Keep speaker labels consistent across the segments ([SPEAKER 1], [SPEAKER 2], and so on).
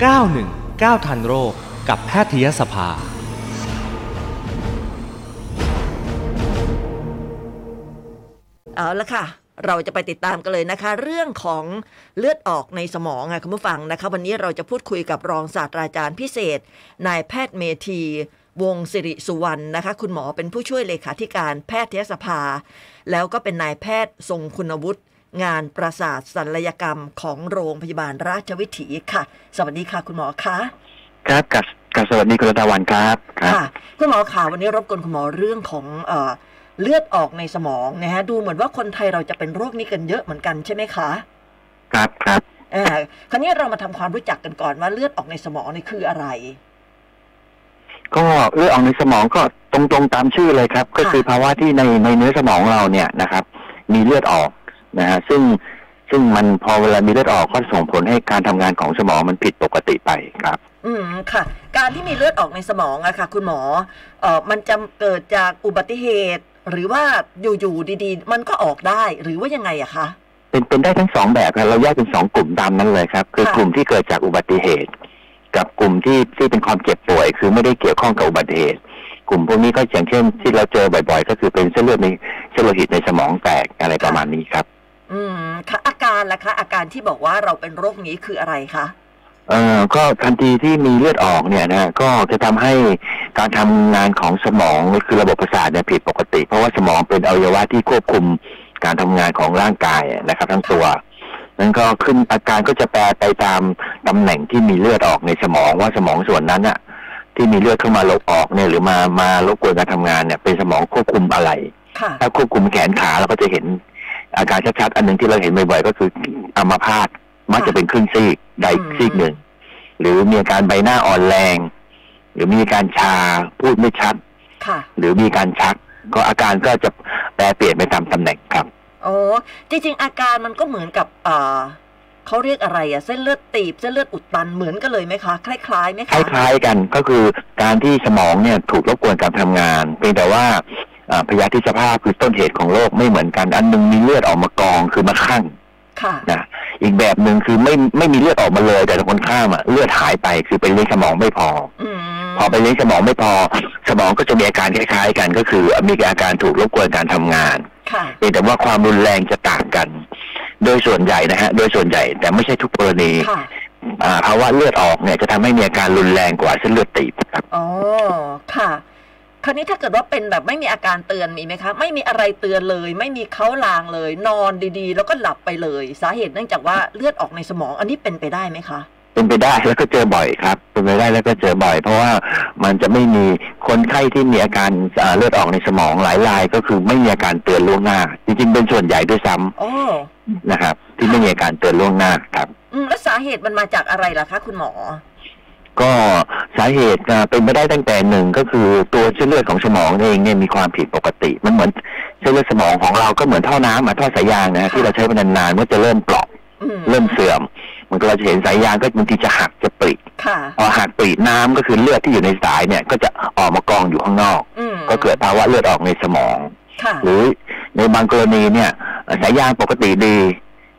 [SPEAKER 1] 919 ทันโรคกับแพทยสภา
[SPEAKER 2] เอาละค่ะ เราจะไปติดตามกันเลยนะคะ เรื่องของเลือดออกในสมองค่ะคุณผู้ฟังนะคะ วันนี้เราจะพูดคุยกับรองศาสตราจารย์พิเศษนายแพทย์เมธี วงศิริสุวรรณนะคะ คุณหมอเป็นผู้ช่วยเลขาธิการแพทยสภา แล้วก็เป็นนายแพทย์ทรงคุณวุฒิงานประสาทศัลยกรรมของโรงพยาบาลราชวิถีค่ะ สวัสดีค่ะคุณหมอคะ
[SPEAKER 3] ครับกับกับสวัสดีคุณตาวันครับครับ
[SPEAKER 2] ค่ะ คุณหมอค่ะวันนี้รบกวนคุณหมอเรื่องของเอ่อเลือดออกในสมองนะฮะดูเหมือนว่าคนไทยเราจะเป็นโรคนี้กันเยอะเหมือนกันใช่ไหมคะ
[SPEAKER 3] ครับครับ
[SPEAKER 2] อ่าคราวนี้เรามาทำความรู้จักกันก่อนว่าเลือดออกในสมองนี่คืออะไร
[SPEAKER 3] ก็เลือดออกในสมองก็ตรงตรงๆตามชื่อเลยครับ ก็คือภาวะที่ในในเนื้อสมองเราเนี่ยนะครับ มีเลือดออกนะฮะซึ่งซึ่งมันพอเวลามีเลือดออกก็ส่งผลให้การทำงานของสมองมันผิดปกติไปครับ
[SPEAKER 2] อืมค่ะ การที่มีเลือดออกในสมองอะค่ะ คุณหมอเอ่อมันจะเกิดจากอุบัติเหตุ หรือว่าอยู่ๆดีๆ มันก็ออกได้หรือว่ายังไงอะคะ
[SPEAKER 3] เป็นเป็นได้ทั้งสองแบบครับเราแยกเป็นสองกลุ่มตามนั้นเลยครับ คือ
[SPEAKER 2] ค่ะ
[SPEAKER 3] กลุ่มที่เกิดจากอุบัติเหตุ กับกลุ่มที่ที่เป็นความเจ็บป่วย คือไม่ได้เกี่ยวข้องกับอุบัติเหตุ กลุ่มพวกนี้ก็อย่างเช่นที่เราเจอบ่อย ๆ ก็คือเป็นเส้นเลือดในเส้นโลหิตในสมองแตกอะไรประมาณนี้ครับ
[SPEAKER 2] อืมค่ะอาการล่ะคะ อาการที่บอกว่าเราเป็นโรคนี้คืออะไรคะ
[SPEAKER 3] เอ่อก็ทันทีที่มีเลือดออกเนี่ยนะก็จะทำให้การทำงานของสมองคือระบบประสาทเนี่ยผิดปกติ เพราะว่าสมองเป็นอวัยวะที่ควบคุมการทำงานของร่างกายนะครับ ทั้งตัวนั้นก็ขึ้นอาการก็จะแปรไปตามตำแหน่งที่มีเลือดออกในสมองว่าสมองส่วนนั้นอะที่มีเลือดเข้ามาลบออกเนี่ยหรือมามารบกวนการทำงานเนี่ยเป็นสมองควบคุมอะไร
[SPEAKER 2] ค่ะ
[SPEAKER 3] ถ้าควบคุมแขนขาเราก็จะเห็นอาการชัดๆอันหนึ่งที่เราเห็นบ่อยๆก็คืออัมพาตมักจะเป็นครึ่งซีกใดซีกหนึ่ง หรือมีอาการใบหน้าอ่อนแรง หรือมีอาการชาพูดไม่ชัด
[SPEAKER 2] ค่ะ
[SPEAKER 3] หรือมีการชัก ก็อาการก็จะแปรเปลี่ยนไปตามตำแหน่งครับ
[SPEAKER 2] โอ้จริงๆ อาการมันก็เหมือนกับเอ่อเขาเรียกอะไรอะเส้นเลือดตีบเส้นเลือดอุดตันเหมือนกันเลยไหมคะ คล้ายๆไหม
[SPEAKER 3] ค
[SPEAKER 2] คะ
[SPEAKER 3] ล้ายๆกันก็คือการที่สมองเนี่ยถูกรบกวนการทำงานเพียงแต่ว่าอ่าพยาธิสภาพคือต้นเหตุของโรคไม่เหมือนกัน อันหนึงมีเลือดออกมากองคือมาคั่ง
[SPEAKER 2] ค่ะ
[SPEAKER 3] นะอีกแบบหนึ่งคือไม่ไม่มีเลือดออกมาเลย แต่คนข้ามอะเลือดหายไปคือไปเลี้ยงสมองไม่พอ
[SPEAKER 2] อืม
[SPEAKER 3] พอไปเลี้ยงสมองไม่พอ สมองก็จะมีอาการคล้ายๆกัน ก็คือมีอาการถูกรบกวนการทำงาน
[SPEAKER 2] ค่ะ
[SPEAKER 3] เพียงแต่ว่าความรุนแรงจะต่างกัน โดยส่วนใหญ่นะฮะโดยส่วนใหญ่แต่ไม่ใช่ทุกกรณี
[SPEAKER 2] ค่ะ
[SPEAKER 3] อ่าภาวะเลือดออกเนี่ยจะทำให้มีอาการรุนแรงกว่าเส้นเลือดตีบครับ
[SPEAKER 2] อ๋อ ค่ะ คราวนี้ถ้าเกิดว่าเป็นแบบไม่มีอาการเตือนมีไหมคะ ไม่มีอะไรเตือนเลย ไม่มีเขาลางเลย นอนดีๆ แล้วก็หลับไปเลย สาเหตุเนื่องจากว่าเลือดออกในสมอง อันนี้เป็นไปได้ไหมคะ
[SPEAKER 3] เป็นไปได้แล้วก็เจอบ่อยครับ เป็นไปได้แล้วก็เจอบ่อย เพราะว่ามันจะไม่มีคนไข้ที่มีอาการอ่าเลือดออกในสมองหลายรายก็คือไม่มีอาการเตือนล่วงหน้า จริงๆ เป็นส่วนใหญ่ด้วยซ้ำ
[SPEAKER 2] อ๋อ
[SPEAKER 3] นะครับ ที่ไม่มีอาการเตือนล่วงหน้าครับ
[SPEAKER 2] อืม แล้วสาเหตุมันมาจากอะไรล่ะคะ คุณหมอ
[SPEAKER 3] ก็สาเหตุอ่าเป็นไปได้ตั้งแต่หนึ่งก็คือตัวเส้นเลือดของสมองเองเนี่ยมีความผิดปกติ มันเหมือนเส้นเลือดสมองของเราก็เหมือนท่อน้ำอ่ะท่อสายยางนะฮะที่เราใช้มานานๆมันจะเริ่มเปราะ
[SPEAKER 2] อืม
[SPEAKER 3] เริ่มเสื่อม มันก็เราจะเห็นสายยางก็บางทีจะหักจะปริ
[SPEAKER 2] ค่ะ
[SPEAKER 3] พอหักปรีดน้ำก็คือเลือดที่อยู่ในสายเนี่ย ก็จะออกมากองอยู่ข้างนอก
[SPEAKER 2] อืม
[SPEAKER 3] ก็เกิดภาวะเลือดออกในสมอง
[SPEAKER 2] ค่ะ
[SPEAKER 3] หรือในบางกรณีเนี่ยสายยางปกติดี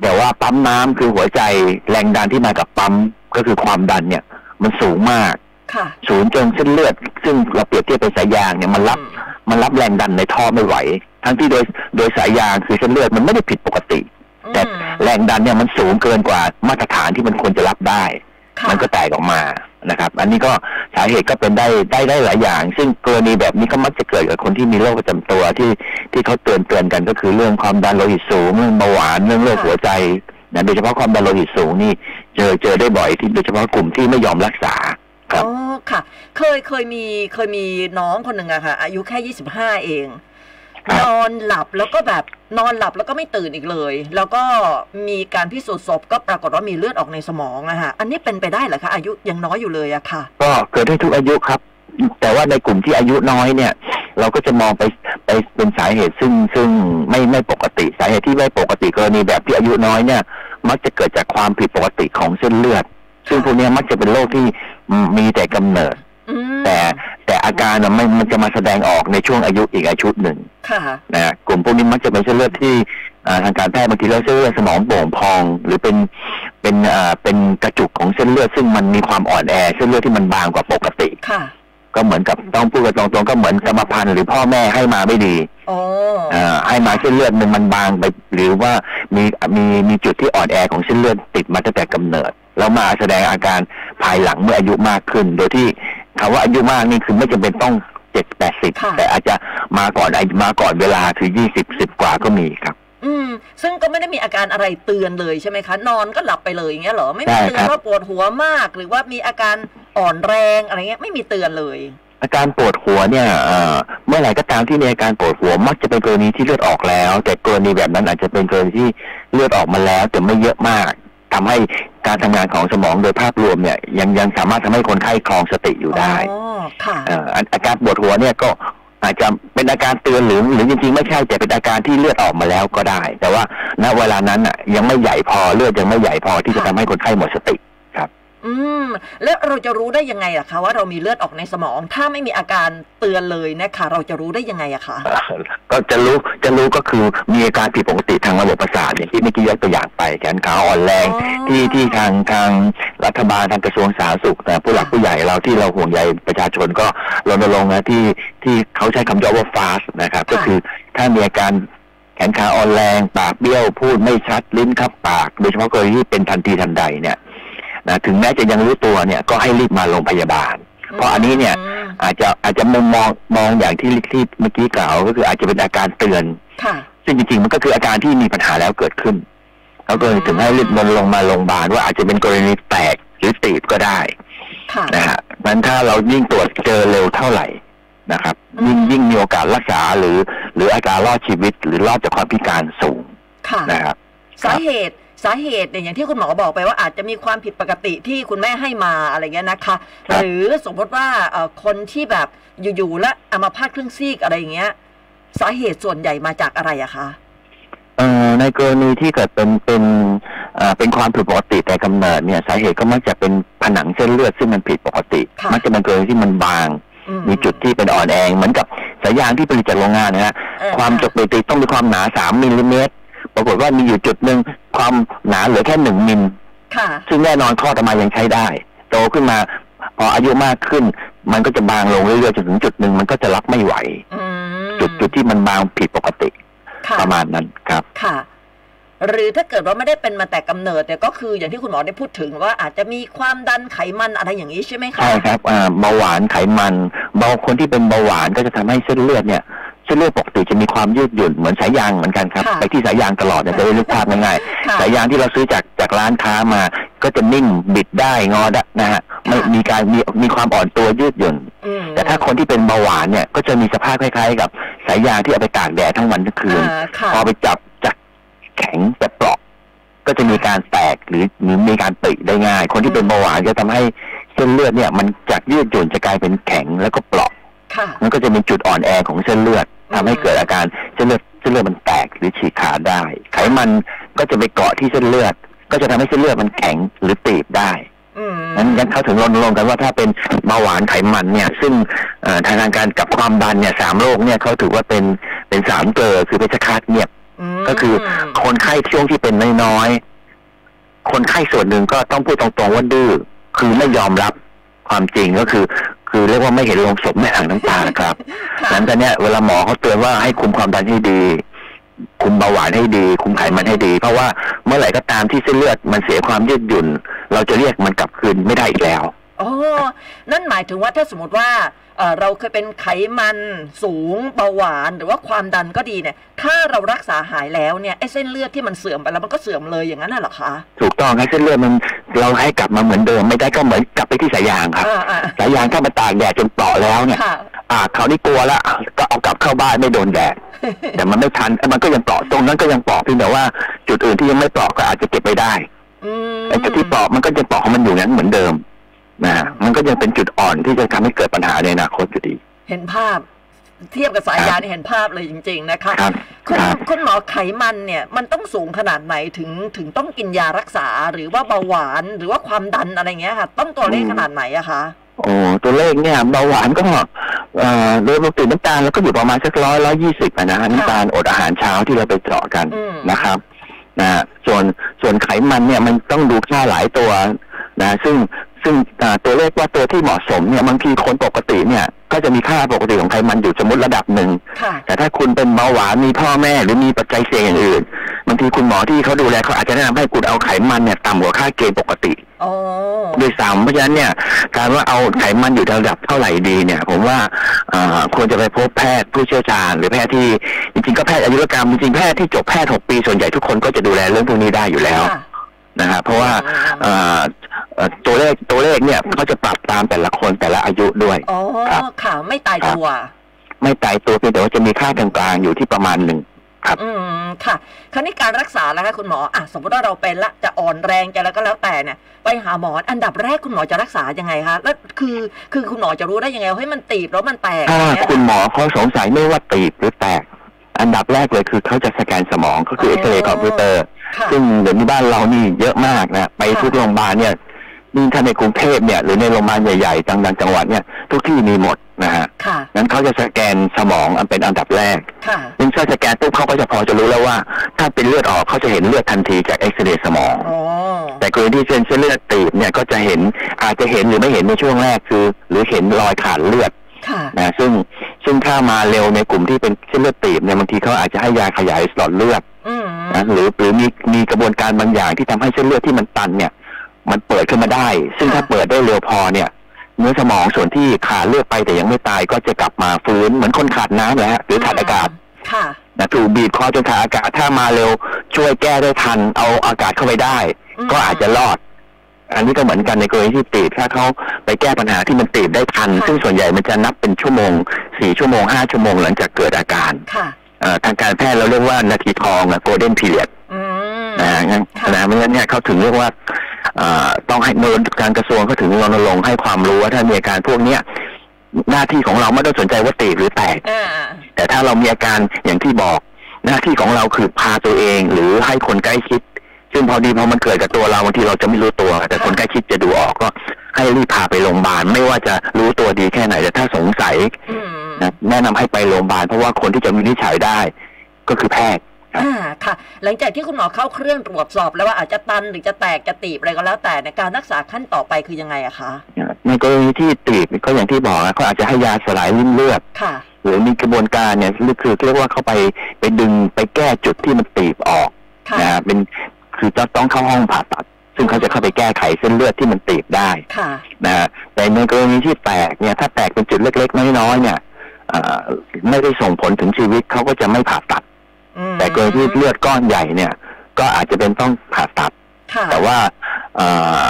[SPEAKER 3] แต่ว่าปั๊มน้ำคือหัวใจแรงดันที่มากับปั๊มก็คือความดันเนี่ย มันสูงมาก
[SPEAKER 2] ค่ะ
[SPEAKER 3] สูงจนเส้นเลือด ซึ่งเราเปรียบเทียบเป็นสายยางเนี่ยมันรับมันรับแรงดันในท่อไม่ไหว ทั้งที่โดยโดยสายยางคือเส้นเลือดมันไม่ได้ผิดปกติ
[SPEAKER 2] อืม
[SPEAKER 3] แต่แรงดันเนี่ยมันสูงเกินกว่ามาตรฐานที่มันควรจะรับได้
[SPEAKER 2] ค่ะ
[SPEAKER 3] มันก็แตกออกมานะครับ อันนี้ก็สาเหตุก็เป็นได้ได้ได้หลายอย่าง ซึ่งกรณีแบบนี้ก็มักจะเกิดกับคนที่มีโรคประจำตัวที่ที่เขาเตือนเตือนกันก็คือเรื่องความดันโลหิตสูงเรื่องเบาหวานเรื่องโรคหัวใจนะโดยเฉพาะความดันโลหิตสูงนี่เจอเจอได้บ่อยที่โดยเฉพาะกลุ่มที่ไม่ยอมรักษา ครับ
[SPEAKER 2] อ๋อ ค่ะ เคย เคยมี เคยมีน้องคนหนึ่งอะค่ะ อายุแค่ยี่สิบห้าเอง
[SPEAKER 3] ครับ
[SPEAKER 2] นอนหลับแล้วก็แบบนอนหลับแล้วก็ไม่ตื่นอีกเลย แล้วก็มีการพิสูจน์ศพก็ปรากฏว่ามีเลือดออกในสมองอะฮะอันนี้เป็นไปได้เหรอคะอายุยังน้อยอยู่เลยอะค่ะ
[SPEAKER 3] ก็เกิดได้ทุกอายุครับ แต่ว่าในกลุ่มที่อายุน้อยเนี่ย เราก็จะมองไปไปเป็นสาเหตุซึ่งซึ่งไม่ไม่ปกติสาเหตุที่ไม่ปกติกรณีแบบที่อายุน้อยเนี่ย มักจะเกิดจากความผิดปกติของเส้นเลือด ซึ่งพวกเนี้ยมักจะเป็นโรคที่มีแต่กำเนิด
[SPEAKER 2] อืม
[SPEAKER 3] แต่แต่อาการน่ะมันมันจะมาแสดงออกในช่วงอายุอีกอายุหนึ่ง
[SPEAKER 2] ค่ะ
[SPEAKER 3] นะกลุ่มพวกนี้มักจะเป็นเส้นเลือดที่ อ่าทางการแพทย์บางทีเราเส้นเลือดสมองโป่งพอง หรือเป็นเป็นอ่าเป็นกระจุกของเส้นเลือดซึ่งมันมีความอ่อนแอ เส้นเลือดที่มันบางกว่าปกติ
[SPEAKER 2] ค่ะ
[SPEAKER 3] ก็เหมือนกับต้องพูดกันตรงๆก็เหมือนกรรมพันธุ์หรือพ่อแม่ให้มาไม่ดี
[SPEAKER 2] อ๋อ
[SPEAKER 3] อ่าให้มาเส้นเลือดมันมันบางไป หรือว่ามีมีมีจุดที่อ่อนแอของเส้นเลือดติดมาตั้งแต่กำเนิด แล้วมาแสดงอาการภายหลังเมื่ออายุมากขึ้น โดยที่คำว่าอายุมากนี่คือไม่จำเป็นต้องเจ็ดแปดสิบ
[SPEAKER 2] ค่ะ
[SPEAKER 3] แต่อาจจะมาก่อนอายุมาก่อนเวลาคือยี่สิบสิบกว่าก็มีครับ
[SPEAKER 2] อืม ซึ่งก็ไม่ได้มีอาการอะไรเตือนเลยใช่ไหมคะ นอนก็หลับไปเลยอย่างเงี้ยเหรอ ไม่มี
[SPEAKER 3] ใช่
[SPEAKER 2] เตือ
[SPEAKER 3] ครั
[SPEAKER 2] น
[SPEAKER 3] บ
[SPEAKER 2] ว่าปวดหัวมาก หรือว่ามีอาการอ่อนแรงอะไรเงี้ย ไม่มีเตือนเลย
[SPEAKER 3] อาการปวดหัวเนี่ยเอ่อเมื่อไหร่ก็ตามที่มีอาการปวดหัวมักจะเป็นกรณีที่เลือดออกแล้ว แต่กรณีแบบนั้นอาจจะเป็นกรณีที่เลือดออกมาแล้ว แต่ไม่เยอะมากทำให้การทำงานของสมองโดยภาพรวมเนี่ยยังยังสามารถทำให้คนไข้คลองสติอยู่ได้
[SPEAKER 2] อ๋อ ค่ะ
[SPEAKER 3] เอ่ออาอาการปวดหัวเนี่ยก็อาจจะเป็นอาการเตือนหรือหรือจริงๆไม่ใช่แต่เป็นอาการที่เลือดออกมาแล้วก็ได้ แต่ว่าณเวลานั้นอ่ะยังไม่ใหญ่พอเลือดยังไม่ใหญ่พอที่จะทำให้คนไข้หมดสติ
[SPEAKER 2] อืม แล้วเราจะรู้ได้ยังไงล่ะคะว่าเรามีเลือดออกในสมอง ถ้าไม่มีอาการเตือนเลยนะคะ เราจะรู้ได้ยังไงอะคะ
[SPEAKER 3] ก็จะรู้จะรู้ก็คือมีอาการผิดปกติทางระบบประสาทอย่างที่เมื่อกี้ยกตัวอย่างไปแขนขาอ่อนแรง
[SPEAKER 2] อ๋อ
[SPEAKER 3] ที่ที่ทางทางรัฐบาลทางกระทรวงสาธารณสุขนะผู้หลัก
[SPEAKER 2] ค่ะ
[SPEAKER 3] ผู้ใหญ่เราที่เราห่วงใยประชาชนก็รณรงค์นะที่ที่เขาใช้คำย่อว่า fast นะครับ ก็คือถ้ามีอาการแขนขาอ่อนแรง ปากเบี้ยวพูดไม่ชัดลิ้นคับปาก โดยเฉพาะกรณีที่เป็นทันทีทันใดเนี่ยนะถึงแม้จะยังรู้ตัวเนี่ยก็ให้รีบมาโรงพยาบาล เพราะอันนี้เนี่ย
[SPEAKER 2] อืม
[SPEAKER 3] อาจจะอาจจะมองมองมองอย่างที่ที่เมื่อกี้กล่าวก็คืออาจจะเป็นอาการเตือน
[SPEAKER 2] ค่ะ
[SPEAKER 3] ซึ่งจริงๆมันก็คืออาการที่มีปัญหาแล้วเกิดขึ้นแล้วก็เลยถึงให้รีบนลงมาโรงพยาบาลว่าอาจจะเป็นกรณีแตกหรือตีบก็ได้
[SPEAKER 2] ค่ะ
[SPEAKER 3] นะฮะมันถ้าเรายิ่งตรวจเจอเร็วเท่าไหร่นะครับ ยิ่งยิ่งมีโอกาสรักษาหรือ หรืออาการรอดชีวิต หรือรอดจากความพิการสูง
[SPEAKER 2] ค่ะ
[SPEAKER 3] นะครับ
[SPEAKER 2] สาเหตุสาเหตุเนี่ยอย่างที่คุณหมอบอกไปว่าอาจจะมีความผิดปกติที่คุณแม่ให้มาอะไรเงี้ยนะคะ
[SPEAKER 3] ครับ
[SPEAKER 2] หรือสมมติว่าเอ่อคนที่แบบอยู่ๆและอัมาพาตครึ่งซีกอะไรอย่างเงี้ย สาเหตุส่วนใหญ่มาจากอะไรอะคะ
[SPEAKER 3] เอ่อในกรณีที่เกิดเป็นเป็นเอ่อเป็นความผิดปกติแต่กำเนิดเนี่ยสาเหตุก็มักจะเป็นผนังเส้นเลือดซึ่งมันผิดปกติ
[SPEAKER 2] ค่ะ
[SPEAKER 3] มักจะเป็นกรณีที่มันบาง
[SPEAKER 2] อื
[SPEAKER 3] มีจุดที่เป็นอ่อนแอเหมือนกับสายยางที่ผลิตจากโรงงานนะฮะ
[SPEAKER 2] เอ่อ
[SPEAKER 3] ความจุปกติต้องมีความหนาสามมิลลิเมตรปรากฏว่ามีอยู่จุดหนึ่งความหนาเหลือแค่หนึ่งมิล
[SPEAKER 2] ค่ะ
[SPEAKER 3] ซึ่งแน่นอนข้อดออกมายังใช้ได้ โตขึ้นมาพออายุมากขึ้น มันก็จะบางลงเรื่อยๆจนถึงจุดหนึ่งมันก็จะรับไม่ไหว
[SPEAKER 2] อืม
[SPEAKER 3] จุดจุดที่มันบางผิดปกติ
[SPEAKER 2] ค่ะ
[SPEAKER 3] ประมาณนั้นครับ
[SPEAKER 2] ค่ะ หรือถ้าเกิดว่าไม่ได้เป็นมาแต่กำเนิดเนี่ยก็คืออย่างที่คุณหมอได้พูดถึงว่าอาจจะมีความดันไขมันอะไรอย่างนี้ใช่ไหมคะ
[SPEAKER 3] ใช่ครับอ่าเบาหวานไขมัน เบาคนที่เป็นเบาหวานก็จะทำให้เส้นเลือดเนี่ย เส้นเลือดปกติจะมีความยืดหยุ่นเหมือนสายยางเหมือนกันครับ ไปที่สายยางตลอดเนี่ยจะได้รูปภาพง่าย
[SPEAKER 2] ค่ะ
[SPEAKER 3] ๆ สายยางที่เราซื้อจากจากร้านค้ามา ก็จะนิ่มบิดได้งอได้นะฮะ ไม่
[SPEAKER 2] ค่ะ
[SPEAKER 3] มีการมีมีความอ่อนตัวยืดหยุ่น
[SPEAKER 2] อืม
[SPEAKER 3] แต่ถ้าคนที่เป็นเบาหวานเนี่ย ก็จะมีสภาพคล้ายๆ กับสายยางที่เอาไปตากแดดทั้งวันทั้งคืน
[SPEAKER 2] อ่าค่ะ
[SPEAKER 3] พอไปจับจับแข็งจับเปราะก็จะมีการแตกหรือหรือมีการปริได้ง่าย คนที่เป็นเบาหวานจะทำให้เส้นเลือดเนี่ย มันจากยืดหยุ่นจะกลายเป็นแข็งแล้วก็เปราะ
[SPEAKER 2] ค่ะ
[SPEAKER 3] มันก็จะเป็นจุดอ่อนแอของเส้นเลือด
[SPEAKER 2] อืม
[SPEAKER 3] ทำให้เกิดอาการเส้นเลือดเส้นเลือดมันแตกหรือฉีกขาดได้ ไขมันก็จะไปเกาะที่เส้นเลือด ก็จะทำให้เส้นเลือดมันแข็งหรือตีบได้
[SPEAKER 2] อืม
[SPEAKER 3] นั้นงั้นเขาถึงรณรงค์กันว่าถ้าเป็นเบาหวานไขมันเนี่ย ซึ่งเอ่อทางการกับความดันเนี่ยสามโรคเนี่ยเขาถือว่าเป็นเป็นสามเกลอคือเพชฌฆาตเงียบ
[SPEAKER 2] ม
[SPEAKER 3] ก็คือคนไข้ช่วงที่เป็นน้อยๆ คนไข้ส่วนหนึ่งก็ต้องพูดตรงๆว่าดื้อ คือไม่ยอมรับความจริงก็คือ คือเรียกว่าไม่เห็นโลงศพไม่หลั่งน้ำตานะครับ
[SPEAKER 2] ค่ะ
[SPEAKER 3] หลังจากเนี้ยเวลาหมอเขาเตือนว่าให้คุมความดันให้ดี คุมเบาหวานให้ดี คุมไขมันให้ดี เพราะว่าเมื่อไหร่ก็ตามที่เส้นเลือดมันเสียความยืดหยุ่น เราจะเรียกมันกลับคืนไม่ได้อีกแล้ว
[SPEAKER 2] อ๋อ นั่นหมายถึงว่าถ้าสมมติว่าเอ่อเราเคยเป็นไขมันสูงเบาหวานหรือว่าความดันก็ดีเนี่ย ถ้าเรารักษาหายแล้วเนี่ยไอ้เส้นเลือดที่มันเสื่อมไปแล้วมันก็เสื่อมเลยอย่างนั้นน่ะเหรอคะ
[SPEAKER 3] ถูกต้องให้เส้นเลือดมันเราให้กลับมาเหมือนเดิม ไม่ได้ก็เหมือนกลับไปที่สายยางครับ
[SPEAKER 2] อ่าอ่า
[SPEAKER 3] สายยางถ้ามันตากแดดจนเปราะแล้วเนี่ย
[SPEAKER 2] ค่ะ
[SPEAKER 3] อ่าคราวนี้กลัวละก็เอากลับเข้าบ้านไม่โดนแดด แต่มันไม่ทันเอ้ยมันก็ยังเปราะตรงนั้นก็ยังเปราะเพียงแต่ว่าจุดอื่นที่ยังไม่เปราะก็อาจจะเก็บไปได้
[SPEAKER 2] อืม
[SPEAKER 3] ไอ้จุดที่เปราะมันก็จะเปราะของมันอยู่อย่างนั้นเหมือนเดิมนะฮะมันก็ยังเป็นจุดอ่อนที่จะทำให้เกิดปัญหาในอนาคตอยู่ดี
[SPEAKER 2] เห็นภาพ เทียบกับสายยาเนี่ยเห็นภาพเลยจริง ๆ นะคะ
[SPEAKER 3] ครับ
[SPEAKER 2] คุณ
[SPEAKER 3] ครับ
[SPEAKER 2] คุณหมอไขมันเนี่ย มันต้องสูงขนาดไหนถึงถึงต้องกินยารักษาหรือว่าเบาหวานหรือว่าความดันอะไรเงี้ยค่ะ ต้องตัวเลขขนาดไหนอะคะ
[SPEAKER 3] โอ้ตัวเลขเนี่ยเบาหวานก็ เอ่อโดยปกติน้ำตาลเราก็อยู่ประมาณสักร้อยร้อยี่สิบนะฮะน้ำตาลอดอาหารเช้าที่เราไปเจาะกัน
[SPEAKER 2] อืม
[SPEAKER 3] นะครับนะฮะส่วนส่วนไขมันเนี่ยมันต้องดูค่าหลายตัวนะซึ่งซึ่งอ่าตัวเลขว่าตัวที่เหมาะสมเนี่ยบางทีคนปกติเนี่ย ก็จะมีค่าปกติของไขมันอยู่สมมติระดับหนึ่ง
[SPEAKER 2] ค่ะ
[SPEAKER 3] แต่ถ้าคุณเป็นเบาหวานมีพ่อแม่หรือมีปัจจัยเสี่ยงอย่างอื่นบางทีคุณหมอที่เขาดูแลเขาอาจจะแนะนำให้คุณเอาไขมันเนี่ยต่ำกว่าค่าเกณฑ์ปกติ
[SPEAKER 2] อ๋อ
[SPEAKER 3] ด้วยซ้ำเพราะฉะนั้นเนี่ยการว่าเอาไขมันอยู่ระดับเท่าไหร่ดีเนี่ย ผมว่าอ่าควรจะไปพบแพทย์ผู้เชี่ยวชาญ หรือแพทย์ที่จริงๆก็แพทย์อายุรกรรมจริงๆแพทย์ที่จบแพทย์ 6 ปีส่วนใหญ่ทุกคนก็จะดูแลเรื่องพวกนี้ได้อยู่แล้ว
[SPEAKER 2] ค่ะ
[SPEAKER 3] นะครับเพราะว่าเอ่อเอ่อตัวเลขตัวเลขเนี่ยเขาจะปรับตามแต่ละคนแต่ละอายุด้วย
[SPEAKER 2] อ๋อ
[SPEAKER 3] ครับ
[SPEAKER 2] ค่ะ ไม่ตายตัว
[SPEAKER 3] ไม่ตายตัวเพียงแต่ว่าจะมีค่ากลางๆอยู่ที่ประมาณหนึ่ง
[SPEAKER 2] อืม ค่ะ คราวนี้การรักษาแล้วคะคุณหมออ่ะสมมติว่าเราเป็นละ จะอ่อนแรงจะแล้วก็แล้วแต่เนี่ย ไปหาหมอ อันดับแรกคุณหมอจะรักษายังไงคะ แล้วคือ คือคุณหมอจะรู้ได้ยังไงว่าเฮ้ยมันตีบแล้วมันแตก
[SPEAKER 3] ถ้า
[SPEAKER 2] อย่างเงี้ย
[SPEAKER 3] คุณหมอเขาสงสัยไม่ว่าตีบหรือแตก อันดับแรกเลยคือเขาจะสแกนสมองก็คือ
[SPEAKER 2] อ๋อ
[SPEAKER 3] เอ็กซเรย์คอมพิวเตอร์
[SPEAKER 2] ค่ะ
[SPEAKER 3] ซึ่งเดี๋ยวนี้บ้านเรานี่เยอะมากนะ ไปทุกโรงพยาบาลเนี่ยนี่ถ้าในกรุงเทพเนี่ย หรือในโรงพยาบาลใหญ่ๆต่างๆจังหวัดเนี่ย ทุกที่มีหมดนะฮะ
[SPEAKER 2] ค่ะ
[SPEAKER 3] นั้นเขาจะสแกนสมองอันเป็นอันดับแรก
[SPEAKER 2] ค่ะ
[SPEAKER 3] ซึ่งถ้าสแกนปุ๊บเขาก็จะพอจะรู้แล้วว่า ถ้าเป็นเลือดออกเขาจะเห็นเลือดทันทีจากเอ็กซเรย์สมอง
[SPEAKER 2] อ๋อ
[SPEAKER 3] แต่กรณีที่เส้นเส้นเลือดตีบเนี่ยก็จะเห็นอาจจะเห็นหรือไม่เห็นในช่วงแรกคือ หรือเห็นรอยขาดเลือด
[SPEAKER 2] ค่ะ
[SPEAKER 3] นะซึ่งซึ่งถ้ามาเร็วในกลุ่มที่เป็นเส้นเลือดตีบเนี่ยบางทีเขาอาจจะให้ยาขยายหลอดเลือด
[SPEAKER 2] อืม
[SPEAKER 3] นะหรือหรือมีมีกระบวนการบางอย่างที่ทำให้เส้นเลือดที่มันตันเนี่ย มันเปิดขึ้นมาได้ ซึ่ง
[SPEAKER 2] ค่ะ
[SPEAKER 3] ถ้าเปิดได้เร็วพอเนี่ย เนื้อสมองส่วนที่ขาดเลือดไปแต่ยังไม่ตายก็จะกลับมาฟื้นเหมือนคนขาดน้ำนะฮะหรือขาดอากาศ
[SPEAKER 2] ค่ะ
[SPEAKER 3] นะถูกบีบคอจนขาดอากาศถ้ามาเร็วช่วยแก้ได้ทันเอาอากาศเข้าไปได้
[SPEAKER 2] อืม
[SPEAKER 3] ก็อาจจะรอด อันนี้ก็เหมือนกันในกรณีที่ตีบถ้าเขาไปแก้ปัญหาที่มันตีบได้ทัน
[SPEAKER 2] ค่ะ
[SPEAKER 3] ซึ่งส่วนใหญ่มันจะนับเป็นชั่วโมงสี่ชั่วโมงห้าชั่วโมงหลังจากเกิดอาการ
[SPEAKER 2] ค่ะ
[SPEAKER 3] เอ่อทางการแพทย์เราเรียกว่านาทีทองอะ golden period
[SPEAKER 2] อืม
[SPEAKER 3] นะฮะงั้น
[SPEAKER 2] ค่ะ
[SPEAKER 3] นะเพราะฉะนั้นเนี่ยเขาถึงเรียกว่าเอ่อต้องให้โดนทางกระทรวงเขาถึงรณรงค์ให้ความรู้ว่าถ้ามีอาการพวกเนี้ยหน้าที่ของเราไม่ต้องสนใจว่าตีบหรือแตก
[SPEAKER 2] อ่า
[SPEAKER 3] แต่ถ้าเรามีอาการอย่างที่บอก หน้าที่ของเราคือพาตัวเองหรือให้คนใกล้ชิด ซึ่งพอดีพอมันเกิดกับตัวเราบางทีเราจะไม่รู้ตัว แต่คนใกล้ชิดจะดูออกก็ให้รีบพาไปโรงพยาบาลไม่ว่าจะรู้ตัวดีแค่ไหนแต่ถ้าสงสัย
[SPEAKER 2] อืม
[SPEAKER 3] นะแนะนำให้ไปโรงพยาบาลเพราะว่าคนที่จะวินิจฉัยได้ก็คือแพทย์ ครับ
[SPEAKER 2] อ่าค่ะ หลังจากที่คุณหมอเข้าเครื่องตรวจสอบแล้วว่าอาจจะตันหรือจะแตกจะตีบอะไรก็แล้วแต่ในยการรักษาขั้นต่อไปคือยังไงอะคะ
[SPEAKER 3] ในกรณีที่ตีบก็อย่างที่บอกนะเขาอาจจะให้ยาสลายริ่มเลือด
[SPEAKER 2] ค่ะ
[SPEAKER 3] หรือมีกระบวนการเนี่ยคือเรียกว่าเขาไปไปดึงไปแก้จุดที่มันตีบออก
[SPEAKER 2] ค่ะ
[SPEAKER 3] นะฮะเป็นคือจะต้องเข้าห้องผ่าตัด ซึ่งเขาจะเข้าไปแก้ไขเส้นเลือดที่มันตีบได้
[SPEAKER 2] ค่ะ
[SPEAKER 3] นะฮะแต่ในกรณีที่แตกเนี่ยถ้าแตกเป็นจุดเล็กๆน้อยๆเนี่ยเอ่อไม่ได้ส่งผลถึงชีวิตเขาก็จะไม่ผ่าตัด
[SPEAKER 2] อืม
[SPEAKER 3] แต่กรณีที่เลือดก้อนใหญ่เนี่ย ก็อาจจะเป็นต้องผ่าตัด
[SPEAKER 2] ค่ะ
[SPEAKER 3] แต่ว่าเอ่อ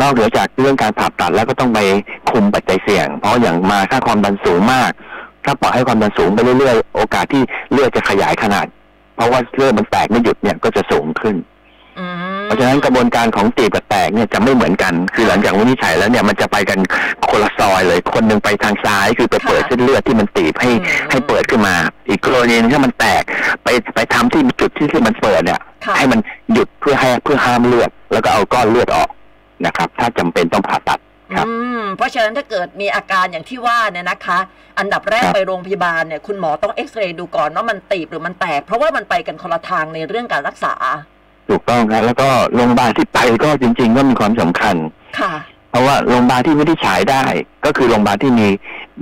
[SPEAKER 3] นอกเหนือจากเรื่องการผ่าตัดแล้วก็ต้องไปคุมปัจจัยเสี่ยง เพราะอย่างมาถ้าความดันสูงมาก ถ้าปล่อยให้ความดันสูงไปเรื่อยๆ โอกาสที่เลือดจะขยายขนาด เพราะว่าเลือดมันแตกไม่หยุดเนี่ยก็จะสูงขึ้น
[SPEAKER 2] อืม
[SPEAKER 3] เพราะฉะนั้นกระบวนการของตีบกับแตกเนี่ยจะไม่เหมือนกัน คือหลังจากวินิจฉัยแล้วเนี่ยมันจะไปกันคนละซอยเลย คนหนึ่งไปทางซ้ายคือไปเปิดเส้นเลือดที่มันตีบให้ให้เปิดขึ้นมา อีกกรณีหนึงถ้ามันแตกไปไปทำที่จุดที่ที่มันเปิดเนี่ย
[SPEAKER 2] ค่ะ
[SPEAKER 3] ให้มันหยุดเพื่อให้เพื่อห้ามเลือด แล้วก็เอาก้อนเลือดออกนะครับ ถ้าจำเป็นต้องผ่าตัด ครับ
[SPEAKER 2] อืมเพราะฉะนั้นถ้าเกิดมีอาการอย่างที่ว่าเนี่ยนะคะ อันดับแรก
[SPEAKER 3] ครับ
[SPEAKER 2] ไปโรงพยาบาลเนี่ยคุณหมอต้องเอ็กซเรย์ดูก่อนว่ามันตีบหรือมันแตก เพราะว่ามันไปกันคนละทางในเรื่องการรักษา
[SPEAKER 3] ถูกต้องครับแล้วก็โรงพยาบาลที่ไปก็จริง ๆ ก็มีความสำคัญ
[SPEAKER 2] ค่ะ
[SPEAKER 3] เพราะว่าโรงพยาบาลที่วินิจฉัยได้ ก็คือโรงพยาบาลที่มี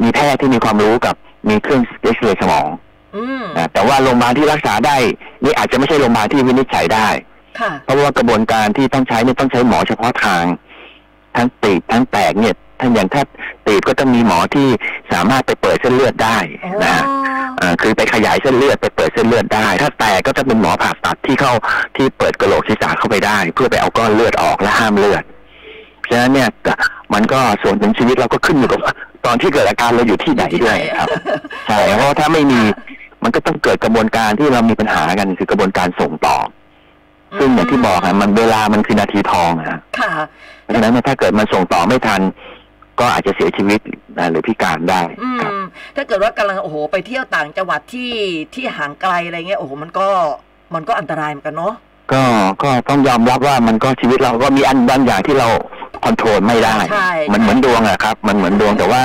[SPEAKER 3] มีแพทย์ที่มีความรู้กับมีเครื่องเอ็กซเรย์สมอง
[SPEAKER 2] อืม
[SPEAKER 3] นะแต่ว่าโรงพยาบาลที่รักษาได้ นี่อาจจะไม่ใช่โรงพยาบาลที่วินิจฉัยได้
[SPEAKER 2] ค่ะ
[SPEAKER 3] เพราะว่ากระบวนการที่ต้องใช้เนี่ยต้องใช้หมอเฉพาะทาง ทั้งตีบทั้งแตกเนี่ยท่านอย่างถ้าตีบก็ต้องมีหมอที่สามารถไปเปิดเส้นเลือดได้นะฮะเอ่อคือไปขยายเส้นเลือดไปเปิดเส้นเลือดได้ ถ้าแตกก็จะเป็นหมอผ่าตัดที่เข้าที่เปิดกระโหลกศีรษะเข้าไปได้ เพื่อไปเอาก้อนเลือดออกและห้ามเลือดเพราะฉะนั้นเนี่ยมันก็ส่วนถึงชีวิตเราก็ขึ้นอยู่กับว่าตอนที่เกิดอาการเราอยู่ที่ไหนด้วยครับ ใช่เพราะว่าถ้าไม่มีมันก็ต้องเกิดกระบวนการที่เรามีปัญหากันคือกระบวนการส่งต่อ ซึ่งอย่างที่บอกอะมันเวลามันคือนาทีทองอะฮะ
[SPEAKER 2] ค่ะ
[SPEAKER 3] เพราะฉะนั้นเนี่ยถ้าเกิดมันส่งต่อไม่ทัน ก็อาจจะเสียชีวิตนะหรือพิการได้
[SPEAKER 2] อืม
[SPEAKER 3] ครับ
[SPEAKER 2] ถ้าเกิดว่ากำลังโอ้โหไปเที่ยวต่างจังหวัดที่ที่ห่างไกลอะไรเงี้ยโอ้โหมันก็มันก็อันตรายเหมือนกันเนาะ
[SPEAKER 3] ก็ก็ต้องยอมรับว่ามันก็ชีวิตเราก็มีอันบางอย่างที่เราคอนโทรลไม่ได้
[SPEAKER 2] ใช่
[SPEAKER 3] มันเหมือนดวงอะครับ มันเหมือนดวงแต่ว่า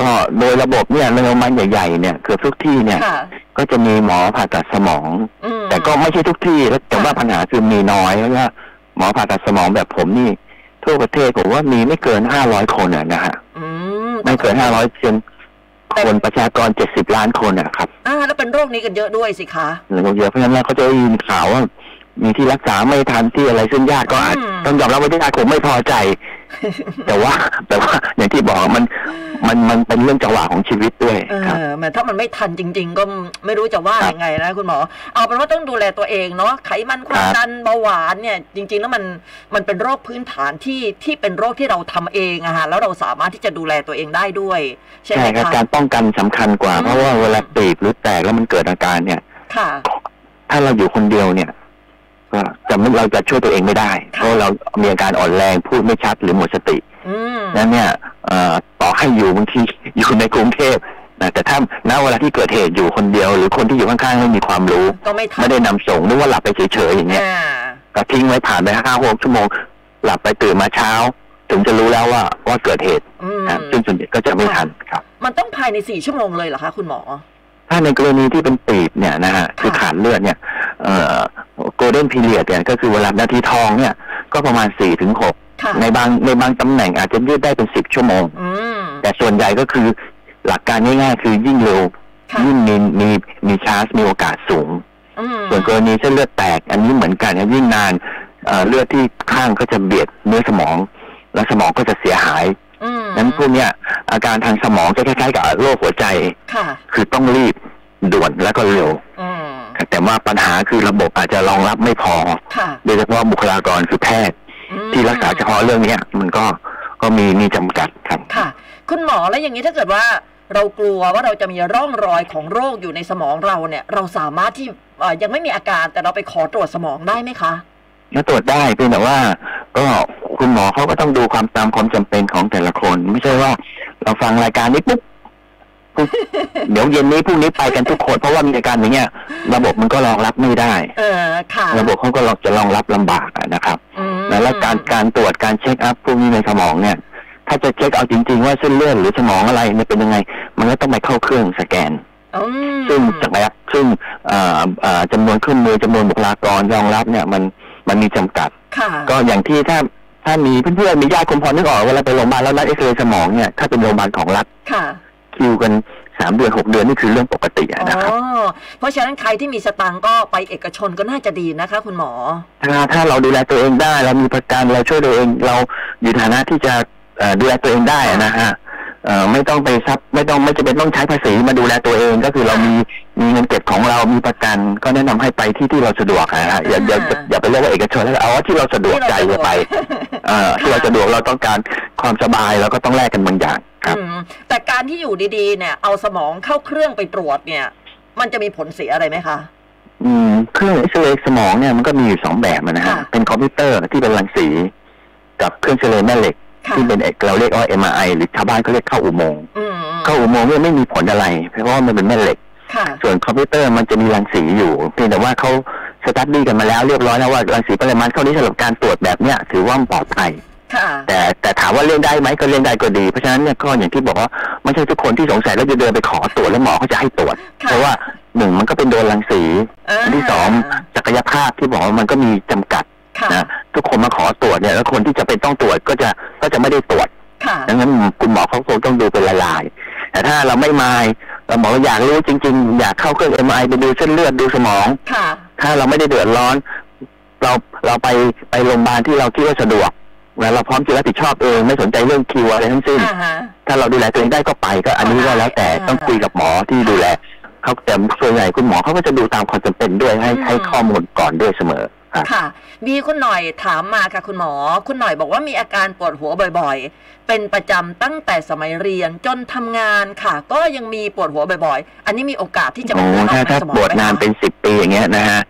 [SPEAKER 3] ก็โดยระบบเนี่ยโรงพยาบาลใหญ่ๆเนี่ยเกือบทุกที่เนี่ย
[SPEAKER 2] ค่ะ
[SPEAKER 3] ก็จะมีหมอผ่าตัดสมอง
[SPEAKER 2] อืม
[SPEAKER 3] แต่ก็ไม่ใช่ทุกที่แล้วแต่ว่า
[SPEAKER 2] ค่ะ
[SPEAKER 3] ปัญหาคือมีน้อยแล้วก็หมอผ่าตัดสมองแบบผมนี่ทั่วประเทศผมว่ามีไม่เกินห้าร้อยคนอะนะฮะ
[SPEAKER 2] อืม
[SPEAKER 3] ไม่เกินห้าร้อยเนคนประชากรเจ็ดสิบล้านคนอะครับ
[SPEAKER 2] อ่าแล้วเป็นโรคนี้กันเยอะด้วยสิคะ
[SPEAKER 3] หรือโรงเรียนเพราะฉะนั้นเราก็จะได้ยินข่าวว่า มีที่รักษาไม่ทันที่อะไรซึ่งญาติก็อาจ
[SPEAKER 2] อืม
[SPEAKER 3] ต้องยอมรับว่าญาติคงไม่พอ ใจ แต่ว่า แต่ว่าอย่างที่บอกมันมันมันเป็นเรื่องจังหวะของชีวิตด้วย
[SPEAKER 2] เอ
[SPEAKER 3] ครับ
[SPEAKER 2] อแหมถ้ามันไม่ทันจริง ๆ ก็ไม่รู้จะว่า
[SPEAKER 3] ครับ
[SPEAKER 2] ยังไงนะคุณหมอ เอาเป็นว่าต้องดูแลตัวเองเนาะไขมันความ
[SPEAKER 3] ครับ
[SPEAKER 2] ดันเบาหวานเนี่ย จริง ๆ แล้วมันมันเป็นโรคพื้นฐานที่ที่เป็นโรคที่เราทำเองอะฮะแล้วเราสามารถที่จะดูแลตัวเองได้ด้วย ใช่ไหม
[SPEAKER 3] ใช่ครับ
[SPEAKER 2] คะ
[SPEAKER 3] การป้องกันสำคัญกว่า
[SPEAKER 2] อืม
[SPEAKER 3] เพราะว่าเวลาตีบหรือแตกแล้วมันเกิดอาการเนี่ย
[SPEAKER 2] ค่ะ
[SPEAKER 3] ถ้าเราอยู่คนเดียวเนี่ย ก็จะไม่เราจะช่วยตัวเองไม่ได้
[SPEAKER 2] ค่ะ
[SPEAKER 3] เพราะเรามีอาการอ่อนแรงพูดไม่ชัดหรือหมดสติ
[SPEAKER 2] อืม
[SPEAKER 3] นั้นเนี่ยเอ่อต่อให้อยู่บางที อยู่ในกรุงเทพนะแต่ถ้าณเวลาที่เกิดเหตุอยู่คนเดียว หรือคนที่อยู่ข้างๆไม่มีความรู้
[SPEAKER 2] ก็ไม่ทั
[SPEAKER 3] ไม่
[SPEAKER 2] น
[SPEAKER 3] ได้นำส่งหรือว่าหลับไปเฉยๆอย่างเงี้ย
[SPEAKER 2] อ่า
[SPEAKER 3] ก็ทิ้งไว้ผ่านไปห้าหกชั่วโมง หลับไปตื่นมาเช้า ถึงจะรู้แล้วว่าว่าเกิดเหตุ
[SPEAKER 2] อืม
[SPEAKER 3] นะซึ่งส่วนใหญ่ก็จะไม่ทันครับ
[SPEAKER 2] มันต้องภายในสี่ชั่วโมงเลยเหรอคะคุณหมอ
[SPEAKER 3] ถ้าในกรณีที่เป็นตีบเนี่ยนะฮะคือขาดเลือดเนี่ยเอ่อโกลเด้นพีเรียดเนี่ยก็คือเวลานาทีทองเนี่ย ก็ประมาณสี่ถึงหก
[SPEAKER 2] ค่ะ
[SPEAKER 3] ในบางในบางตำแหน่งอาจจะยืดได้เป็นสิบชั่วโมง
[SPEAKER 2] อืม
[SPEAKER 3] แต่ส่วนใหญ่ก็คือหลักการง่ายๆ คือยิ่งเร็ว
[SPEAKER 2] ค่ะ
[SPEAKER 3] ยิ่งมีมีมีชาร์จมีโอกาสสูง
[SPEAKER 2] อืม
[SPEAKER 3] ส่วนกรณีเส้นเลือดแตก อันนี้เหมือนกันครับยิ่งนานเอ่อเลือดที่ข้างก็จะเบียดเนื้อสมอง แล้วสมองก็จะเสียหาย
[SPEAKER 2] อืม
[SPEAKER 3] นั้นพวกเนี้ยอาการทางสมองจะคล้ายๆกับโรคหัวใจ
[SPEAKER 2] ค่ะ
[SPEAKER 3] คือต้องรีบด่วนแล้วก็เร็ว
[SPEAKER 2] อืม
[SPEAKER 3] แต่ว่าปัญหาคือระบบอาจจะรองรับไม่พอ
[SPEAKER 2] ค่ะ
[SPEAKER 3] โดยเฉพาะบุคลากรคือแพทย์
[SPEAKER 2] อืม
[SPEAKER 3] ที่รักษาเฉพาะเรื่องเนี้ย มันก็ก็มีมีจำกัดครับ
[SPEAKER 2] ค่ะ คุณหมอแล้วอย่างนี้ถ้าเกิดว่าเรากลัวว่าเราจะมีร่องรอยของโรคอยู่ในสมองเราเนี่ย เราสามารถที่เอ่อยังไม่มีอาการแต่เราไปขอตรวจสมองได้ไหมคะ
[SPEAKER 3] มาตรวจได้เพียงแต่ว่า ก็คุณหมอเขาก็ต้องดูความตามความจำเป็นของแต่ละคน ไม่ใช่ว่า เราฟังรายการนี้ปุ๊บ ปุ๊บ เดี๋ยวเย็นนี้พรุ่งนี้ไปกันทุกคน เพราะว่ามีอาการอย่างเงี้ย ระบบมันก็รองรับไม่ได้
[SPEAKER 2] เออค่ะ
[SPEAKER 3] ระบบเขาก็รองจะรองรับลำบากอะนะครับ
[SPEAKER 2] อืม
[SPEAKER 3] แล้วการการตรวจการเช็คอัพพวกนี้ในสมองเนี่ย ถ้าจะเช็คเอาจริง ๆ ว่าเส้นเลือดหรือสมองอะไรเนี่ยเป็นยังไง มันก็ต้องไปเข้าเครื่องสแกน
[SPEAKER 2] อืม
[SPEAKER 3] ซึ่งศักยภาพซึ่งเอ่อเอ่อจำนวนเครื่องมือจำนวนบุคลากรรองรับเนี่ย มันมันมีจำกัด
[SPEAKER 2] ค่ะ
[SPEAKER 3] ก็อย่างที่ถ้าถ้ามีเพื่อนๆมีญาติคนพอนึกออกเวลาไปโรงพยาบาลแล้วนัดเอ็กซเรย์สมองเนี่ยถ้าเป็นโรงพยาบาลของรัฐ
[SPEAKER 2] ค่ะ
[SPEAKER 3] คิวกันสามเดือนหกเดือนนี่คือเรื่องปกติอะ
[SPEAKER 2] อ๋อ
[SPEAKER 3] นะครับ
[SPEAKER 2] เพราะฉะนั้นใครที่มีสตังค์ก็ไปเอกชนก็น่าจะดีนะคะ คุณหมอ
[SPEAKER 3] ถ้าถ้าเราดูแลตัวเองได้ เรามีประกันเราช่วยตัวเองเราอยู่ในฐานะที่จะเอ่อดูแลตัวเองได้อะนะฮะเอ่อไม่ต้องไปซับไม่ต้องไม่จำเป็นต้องใช้ภาษีมาดูแลตัวเองก็คือเรามีมีเงินเก็บของเรามีประกัน ก็แนะนำให้ไปที่ที่เราสะดวกอะนะฮะอย่าอย่าอย่าอย่าไปเรียกว่าเอกชนแล้วเอาว่าที่เราสะดวกใจจะไปเอ่อที่เราสะดวกเราต้องการความสบายเราก็ต้องแลกกันบางอย่างครับ
[SPEAKER 2] อืมแต่การที่อยู่ดีๆ เนี่ย เอาสมองเข้าเครื่องไปตรวจเนี่ย มันจะมีผลเสียอะไรไหมคะ
[SPEAKER 3] อืมเครื่องเอ็กซเรย์สมองเนี่ยมันก็มีอยู่สองแบบนะฮะ
[SPEAKER 2] ค่ะ
[SPEAKER 3] เป็นคอมพิวเตอร์ที่เป็นรังสี กับเครื่องเอ็กซเรย์แม่เหล็ก
[SPEAKER 2] ค่ะ
[SPEAKER 3] ที่เป็นเอกเราเรียกว่า MRI หรือชาวบ้านก็เรียกเข้าอุโมงค์
[SPEAKER 2] อืม
[SPEAKER 3] เข้าอุโมงค์เนี่ยไม่มีผลอะไร เพราะว่ามันเป็นแม่เหล็ก
[SPEAKER 2] ค่ะ
[SPEAKER 3] ส่วนคอมพิวเตอร์มันจะมีรังสีอยู่เพียงแต่ว่าเขาสตัดดี้กันมาแล้วเรียบร้อยแล้วว่ารังสีปริมาณเท่านี้สำหรับการตรวจแบบเนี้ยถือว่าปลอดภัย
[SPEAKER 2] ค่ะ
[SPEAKER 3] แต่แต่ถามว่าเลี่ยงได้ไหมก็เลี่ยงได้ก็ดี เพราะฉะนั้นเนี่ยก็อย่างที่บอกว่าไม่ใช่ทุกคนที่สงสัยแล้วจะเดินไปขอตรวจแล้วหมอเขาจะให้ตรวจ
[SPEAKER 2] ค่ะ
[SPEAKER 3] เพราะว่าหนึ่งมันก็เป็นโดนรังสี
[SPEAKER 2] อ่า
[SPEAKER 3] อันที่สองศักยภาพที่บอกว่ามันก็มีจำกัด
[SPEAKER 2] ค่ะ
[SPEAKER 3] นะทุกคนมาขอตรวจเนี่ยแล้วคนที่จะเป็นต้องตรวจก็จะก็จะไม่ได้ตรวจ
[SPEAKER 2] ค่ะ
[SPEAKER 3] ดังนั้นคุณหมอเขาคงต้องดูเป็นลายๆแต่ถ้าเราไม่มายเราบอกว่าอยากรู้จริง ๆ อยากเข้าเครื่องเอ็มไอไปดูเส้นเลือดดูสมอง
[SPEAKER 2] ค่ะ
[SPEAKER 3] ถ้าเราไม่ได้เดือดร้อน เราเราไปไปโรงพยาบาลที่เราคิดว่าสะดวกแล้วเราพร้อมจะรับผิดชอบเองไม่สนใจเรื่องคิวอะไรทั้งสิ้น
[SPEAKER 2] อ่าฮะ
[SPEAKER 3] ถ้าเราดูแลตัวเองได้ก็ไปก็อันนี้ก็แล้วแต่
[SPEAKER 2] อ่า
[SPEAKER 3] ต้องคุยกับหมอที่ดูแลเขาแต่ส่วนใหญ่คุณหมอเขาก็จะดูตามความจำเป็นด้วยให้
[SPEAKER 2] อืม
[SPEAKER 3] ให้ข้อมูลก่อนด้วยเสมอครับ
[SPEAKER 2] ค่ะ มีคุณหน่อยถามมาค่ะคุณหมอ คุณหน่อยบอกว่ามีอาการปวดหัวบ่อยๆ เป็นประจำตั้งแต่สมัยเรียนจนทำงานค่ะ ก็ยังมีปวดหัวบ่อยๆ อันนี้มีโอกาสที่จะ
[SPEAKER 3] โอ้
[SPEAKER 2] เป็นเลือดออ
[SPEAKER 3] ถ้าก
[SPEAKER 2] ใน
[SPEAKER 3] ถ้า
[SPEAKER 2] สมอง
[SPEAKER 3] ปวดนานเป็นสิบปีอย่างเงี้ยนะฮะ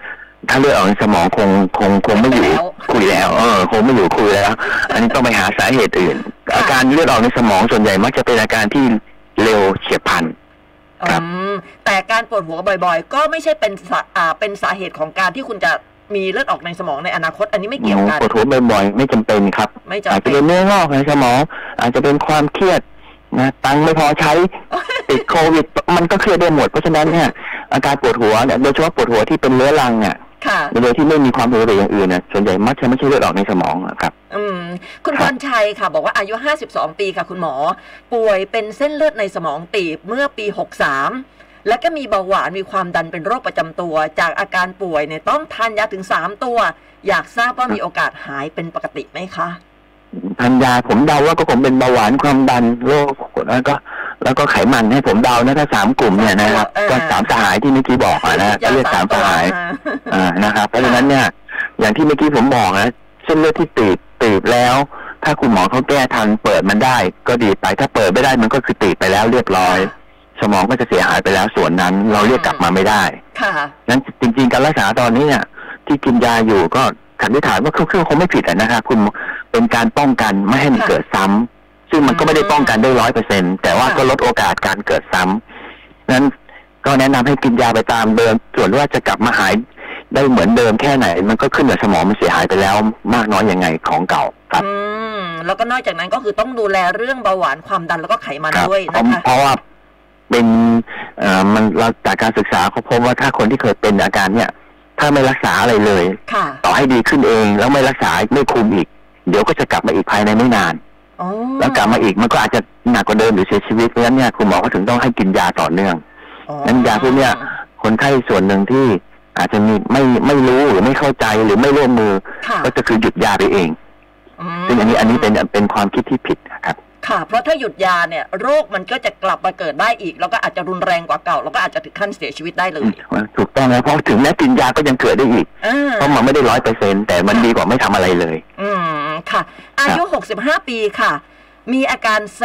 [SPEAKER 3] ถ้าเลือดออกในสมองคงคงคงไม่อยู่ คุยแล้วเออคงไม่อยู่คุยแล้ว อันนี้ต้องไปหาสาเหตุอื่น อาการเลือดออกในสมองส่วนใหญ่มักจะเป็นอาการที่เร็วเฉียบพลัน ครับ
[SPEAKER 2] อืมแต่การปวดหัวบ่อยๆ ก็ไม่ใช่เป็นสาอ่าเป็นสาเหตุของการที่คุณจะมีเลือดออกในสมองในอนาคต อันนี้ไม่เกี่ยวกัน
[SPEAKER 3] ปวดหัวบ่อยๆ ไม่จำเป็นครับ
[SPEAKER 2] ไม่
[SPEAKER 3] อาจ
[SPEAKER 2] จำ
[SPEAKER 3] จะ
[SPEAKER 2] เป็
[SPEAKER 3] เป็น นเนื้องอกในสมอง อาจจะเป็นความเครียด นะตังค์ไม่พอใช้ ติดโควิด มันก็เครียดได้หมดเพราะฉะนั้นเนี่ยอาการปวดหัวเนี่ยโดยเฉพาะปวดหัวที่เป็นเรื้อรังเนี่ย
[SPEAKER 2] ค่ะ
[SPEAKER 3] โดยที่ไม่มีความผิดปกติอย่างอื่นเนี่ยส่วนใหญ่มักจะไม่ใช่เลือดออกในสมองอะครับ
[SPEAKER 2] อืมคุณพ
[SPEAKER 3] ครับ
[SPEAKER 2] รชัยค่ะ บอกว่าอายุ 52 ปีค่ะคุณหมอ ป่วยเป็นเส้นเลือดในสมองตีบเมื่อปี 63 และก็มีเบาหวานมีความดันเป็นโรคประจำตัว จากอาการป่วยเนี่ยต้องทานยาถึง 3 ตัว อยากทราบว่ามีโอกาสหายเป็นปกติไหมคะ
[SPEAKER 3] ทานยาผมเดาว่าก็ผมเป็นเบาหวานความดันโรคแล้วก็ แล้วก็ไขมันให้ผมเดานะถ้าสามกลุ่มเนี่ยนะครับ
[SPEAKER 2] เออ
[SPEAKER 3] ก็สามสหายที่เมื่อกี้บอกอะนะก็เรียกสามสหาย
[SPEAKER 2] อ่า
[SPEAKER 3] อ่านะครับเพราะฉะนั้นเนี่ย อย่างที่เมื่อกี้ผมบอกนะเส้นเลือดที่ตีบตีบแล้ว ถ้าคุณหมอเขาแก้ทันเปิดมันได้ ก็ดีไปถ้าเปิดไม่ได้มันก็คือตีบไปแล้วเรียบร้อย
[SPEAKER 2] ค่ะ
[SPEAKER 3] สมองก็จะเสียหายไปแล้วส่วนนั้น เราเรียก
[SPEAKER 2] อืม
[SPEAKER 3] กลับมาไม่ได้
[SPEAKER 2] ค่ะ
[SPEAKER 3] งั้นจริง ๆ การรักษาตอนนี้เนี่ยที่กินยาอยู่ก็สันนิษฐานว่าเครื่องคงไม่ผิดอะนะครับคุณเป็นการป้องกันไม่ให้มัน
[SPEAKER 2] ค่ะ
[SPEAKER 3] เกิดซ้ำซึ่งมันก็ไม่ได้ป้องกันได้ร้อยเปอร์เซ็นแต่ว่า
[SPEAKER 2] ค่ะ
[SPEAKER 3] ก็ลดโอกาสการเกิดซ้ำนั้นก็แนะนำให้กินยาไปตามเดิมส่วนว่าจะกลับมาหาย ได้เหมือนเดิมแค่ไหน มันก็ขึ้นกับสมองมันเสียหายไปแล้วมากน้อยยังไงของเก่าครับ
[SPEAKER 2] อืมแล้วก็นอกจากนั้นก็คือต้องดูแลเรื่องเบาหวานความดันแล้วก็ไขมัน
[SPEAKER 3] ครั
[SPEAKER 2] ด้วยนะ
[SPEAKER 3] เพราะ
[SPEAKER 2] คะ
[SPEAKER 3] เพราะว่าเป็นเอ่อมันเราจากการศึกษาเขาพบว่าถ้าคนที่เคยเป็นอาการเนี่ย ถ้าไม่รักษาอะไรเลย
[SPEAKER 2] ค่ะ
[SPEAKER 3] ต่อให้ดีขึ้นเองแล้วไม่รักษาไม่คุมอีก เดี๋ยวก็จะกลับมาอีกภายในไม่นาน
[SPEAKER 2] อ๋อ
[SPEAKER 3] แล้วกลับมาอีกมันก็อาจจะหนักกว่าเดิมหรือเสียชีวิตเพราะฉะนั้นเนี่ยคุณหมอก็ถึงต้องให้กินยาต่อเนื่อง
[SPEAKER 2] อ๋อ
[SPEAKER 3] นั้นยาพวกเนี้ยคนไข้ส่วนหนึ่งที่อาจจะมีไม่ไม่รู้หรือไม่เข้าใจหรือไม่ร่วมมือ
[SPEAKER 2] ค่ะ
[SPEAKER 3] ก็จะคือหยุดยาไปเอง
[SPEAKER 2] ม
[SPEAKER 3] ซึ่งอันนี้อันนี้เป็นเป็นความคิดที่ผิดนะครับ
[SPEAKER 2] ค่ะ เพราะถ้าหยุดยาเนี่ยโรคมันก็จะกลับมาเกิดได้อีก แล้วก็อาจจะรุนแรงกว่าเก่า แล้วก็อาจจะถึงขั้นเสียชีวิตได้เลย
[SPEAKER 3] ถูกต้องนะเพราะถึงแม้กินยาก็ยังเกิดได้อีก
[SPEAKER 2] อ่า
[SPEAKER 3] เพราะมันไม่ได้ร้อยเปอร์เซ็นแต่มันดีกว่าไม่ทำอะไรเลย
[SPEAKER 2] อืม ค่ะ อายุ 65 ปีค่ะ มีอาการเซ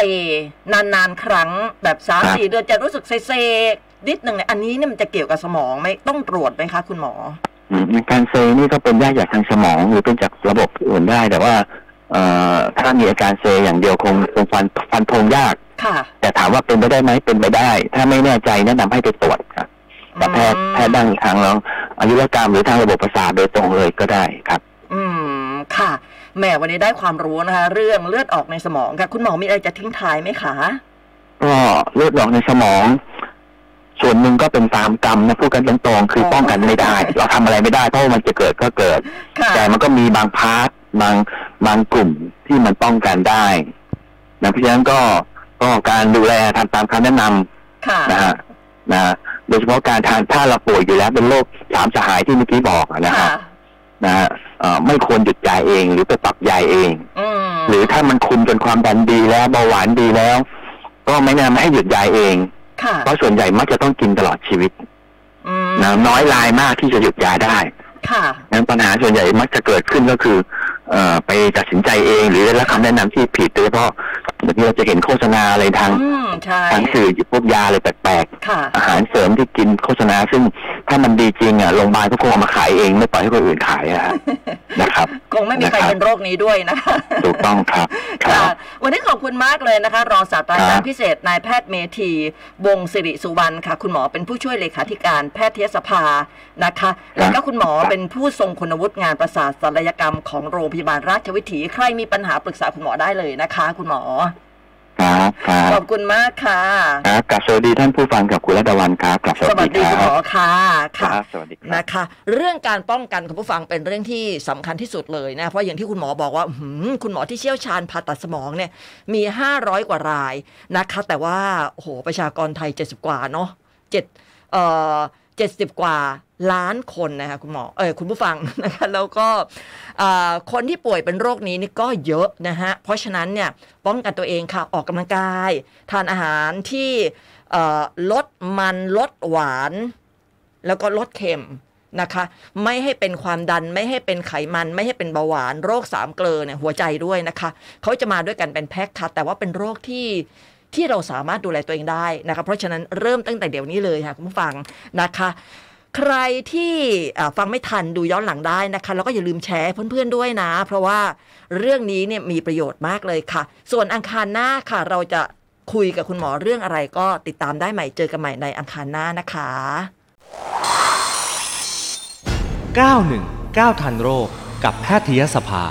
[SPEAKER 2] นาน ๆ ครั้งแบบสาม
[SPEAKER 3] ครับ
[SPEAKER 2] สี่เดือนจะรู้สึกเซเซๆนิดหนึ่งเนี่ยอันนี้เนี่ยมันจะเกี่ยวกับสมองไหมต้องตรวจไหมคะคุณหมอ
[SPEAKER 3] อืมการเซนี่ก็เป็นได้จากทางสมอง หรือเป็นจากระบบอื่นได้ แต่ว่าเอ่อถ้ามีอาการเซอย่างเดียวคงคงฟันฟันธงยาก
[SPEAKER 2] ค่ะ
[SPEAKER 3] แต่ถามว่าเป็นไปได้ไหมเป็นไปได้ ถ้าไม่แน่ใจแนะนำให้ไปตรวจครับกับแพทย์
[SPEAKER 2] อืม
[SPEAKER 3] แพทย์ด้านทางเราอายุรกรรมหรือทางระบบประสาทโดยตรงเลยก็ได้ครับ
[SPEAKER 2] อืม ค่ะ แหมวันนี้ได้ความรู้นะคะ เรื่องเลือดออกในสมองค่ะ คุณหมอมีอะไรจะทิ้งท้ายไหมคะ
[SPEAKER 3] ก็เลือดออกในสมอง ส่วนหนึ่งก็เป็นตามกรรมนะพูดกันตรงๆคือ
[SPEAKER 2] อ๋อ
[SPEAKER 3] ป้องกันไม่ได้ เราทำอะไรไม่ได้เพราะว่ามันจะเกิดก็เกิด
[SPEAKER 2] ค่ะ
[SPEAKER 3] แต่มันก็มีบางพาร์ทบางบางกลุ่มที่มันป้องกันได้นะเพราะฉะนั้นก็ก็การดูแลทำตามคำแนะนำ
[SPEAKER 2] ค่ะ
[SPEAKER 3] นะฮะนะฮะโดยเฉพาะการทานถ้าเราป่วยอยู่แล้วเป็นโรคสามสหายที่เมื่อกี้บอกอะนะ
[SPEAKER 2] ค่ะ
[SPEAKER 3] ฮะนะฮะเอ่อไม่ควรหยุดยาเอง หรือไปปรับยาเอง
[SPEAKER 2] อืม
[SPEAKER 3] หรือถ้ามันคุมจนความดันดีแล้วเบาหวานดีแล้ว ก็ไม่แนะนำให้หยุดยาเอง
[SPEAKER 2] ค่ะ
[SPEAKER 3] เพราะส่วนใหญ่มักจะต้องกินตลอดชีวิต
[SPEAKER 2] อืม
[SPEAKER 3] นะน้อยรายมากที่จะหยุดยาได้
[SPEAKER 2] ค่ะ
[SPEAKER 3] นั้นปัญหาส่วนใหญ่มักจะเกิดขึ้นก็คือเอ่อไปตัดสินใจเองหรือได้รับคำแนะนำที่ผิดโดยเฉพาะเดี๋ยวนี้เราจะเห็นโฆษณาอะไรทาง
[SPEAKER 2] อืม ใช่
[SPEAKER 3] ทางสื่อพวกยาอะไรแปลก
[SPEAKER 2] ค่ะ
[SPEAKER 3] ๆอาหารเสริมที่กินโฆษณา ซึ่งถ้ามันดีจริงอ่ะโรงพยาบาลก็คงเอามาขายเองไม่ปล่อยให้คนอื่นขายอะฮะ นะครับ
[SPEAKER 2] คงไม่มีใคร
[SPEAKER 3] นะครับ
[SPEAKER 2] เป็นโรคนี้ด้วยนะ
[SPEAKER 3] ถูกต้องครับค
[SPEAKER 2] ค่ะ
[SPEAKER 3] รับ
[SPEAKER 2] วันนี้ขอบคุณมากเลยนะคะ รองศาสตราจาร
[SPEAKER 3] ครั
[SPEAKER 2] ย์
[SPEAKER 3] บ
[SPEAKER 2] พิเศษนายแพทย์เมธี วงศ์สิริสุวรรณค่ะ คุณหมอเป็นผู้ช่วยเลขาธิการแพทยสภานะคะ แล้วก็คุณหมอเป็นผู้ทรงคุณวุฒิงานประสาทศัลยกรรมของโรงพยาบาลราชวิถี ใครมีปัญหาปรึกษาคุณหมอได้เลยนะคะ คุณหมอ
[SPEAKER 3] ครับครั
[SPEAKER 2] ข
[SPEAKER 3] บ
[SPEAKER 2] อบคุณมากค่ะ
[SPEAKER 3] ครับกลับสวัสดีท่านผู้ฟังกับคุณรัตวันครับกลับส
[SPEAKER 2] ส
[SPEAKER 3] วัส
[SPEAKER 2] วัส
[SPEAKER 3] ดี
[SPEAKER 2] ดี
[SPEAKER 3] ค
[SPEAKER 2] คุณห
[SPEAKER 3] รับ
[SPEAKER 2] มอค่ะ ค่ะ
[SPEAKER 3] ครับสวัสดีครับ
[SPEAKER 2] นะคะเรื่องการป้องกันคุณผู้ฟังเป็นเรื่องที่สำคัญที่สุดเลยนะ เพราะอย่างที่คุณหมอบอกว่าอื้อหือคุณหมอที่เชี่ยวชาญผ่าตัดสมองเนี่ยมี 500 กว่ารายนะคะ แต่ว่าโอ้โหประชากรไทย 70 กว่าเนาะเจ็ดเอ่อเจ็ดสิบกว่าล้านคนนะคะคุณหมอเออคุณผู้ฟังนะคะแล้วก็เอ่อคนที่ป่วยเป็นโรคนี้นี่ก็เยอะนะฮะเพราะฉะนั้นเนี่ยป้องกันตัวเองค่ะออกกำลังกาย ทานอาหารที่เอ่อลดมันลดหวาน แล้วก็ลดเค็มนะคะ ไม่ให้เป็นความดันไม่ให้เป็นไขมันไม่ให้เป็นเบาหวานโรคสามเกลอเนี่ยหัวใจด้วยนะคะเขาจะมาด้วยกันเป็นแพ็คค่ะแต่ว่าเป็นโรคที่ที่เราสามารถดูแลตัวเองได้นะคะเพราะฉะนั้นเริ่มตั้งแต่เดี๋ยวนี้เลยค่ะคุณผู้ฟังนะคะ ใครที่อ่าฟังไม่ทันดูย้อนหลังได้นะคะ แล้วก็อย่าลืมแชร์ให้เพื่อนๆด้วยนะ เพราะว่าเรื่องนี้เนี่ยมีประโยชน์มากเลยค่ะ ส่วนอังคารหน้าค่ะ เราจะคุยกับคุณหมอเรื่องอะไรก็ติดตามได้ใหม่เจอกันใหม่ในอังคารหน้านะคะ
[SPEAKER 1] 919ทันโรคกับแพทยสภา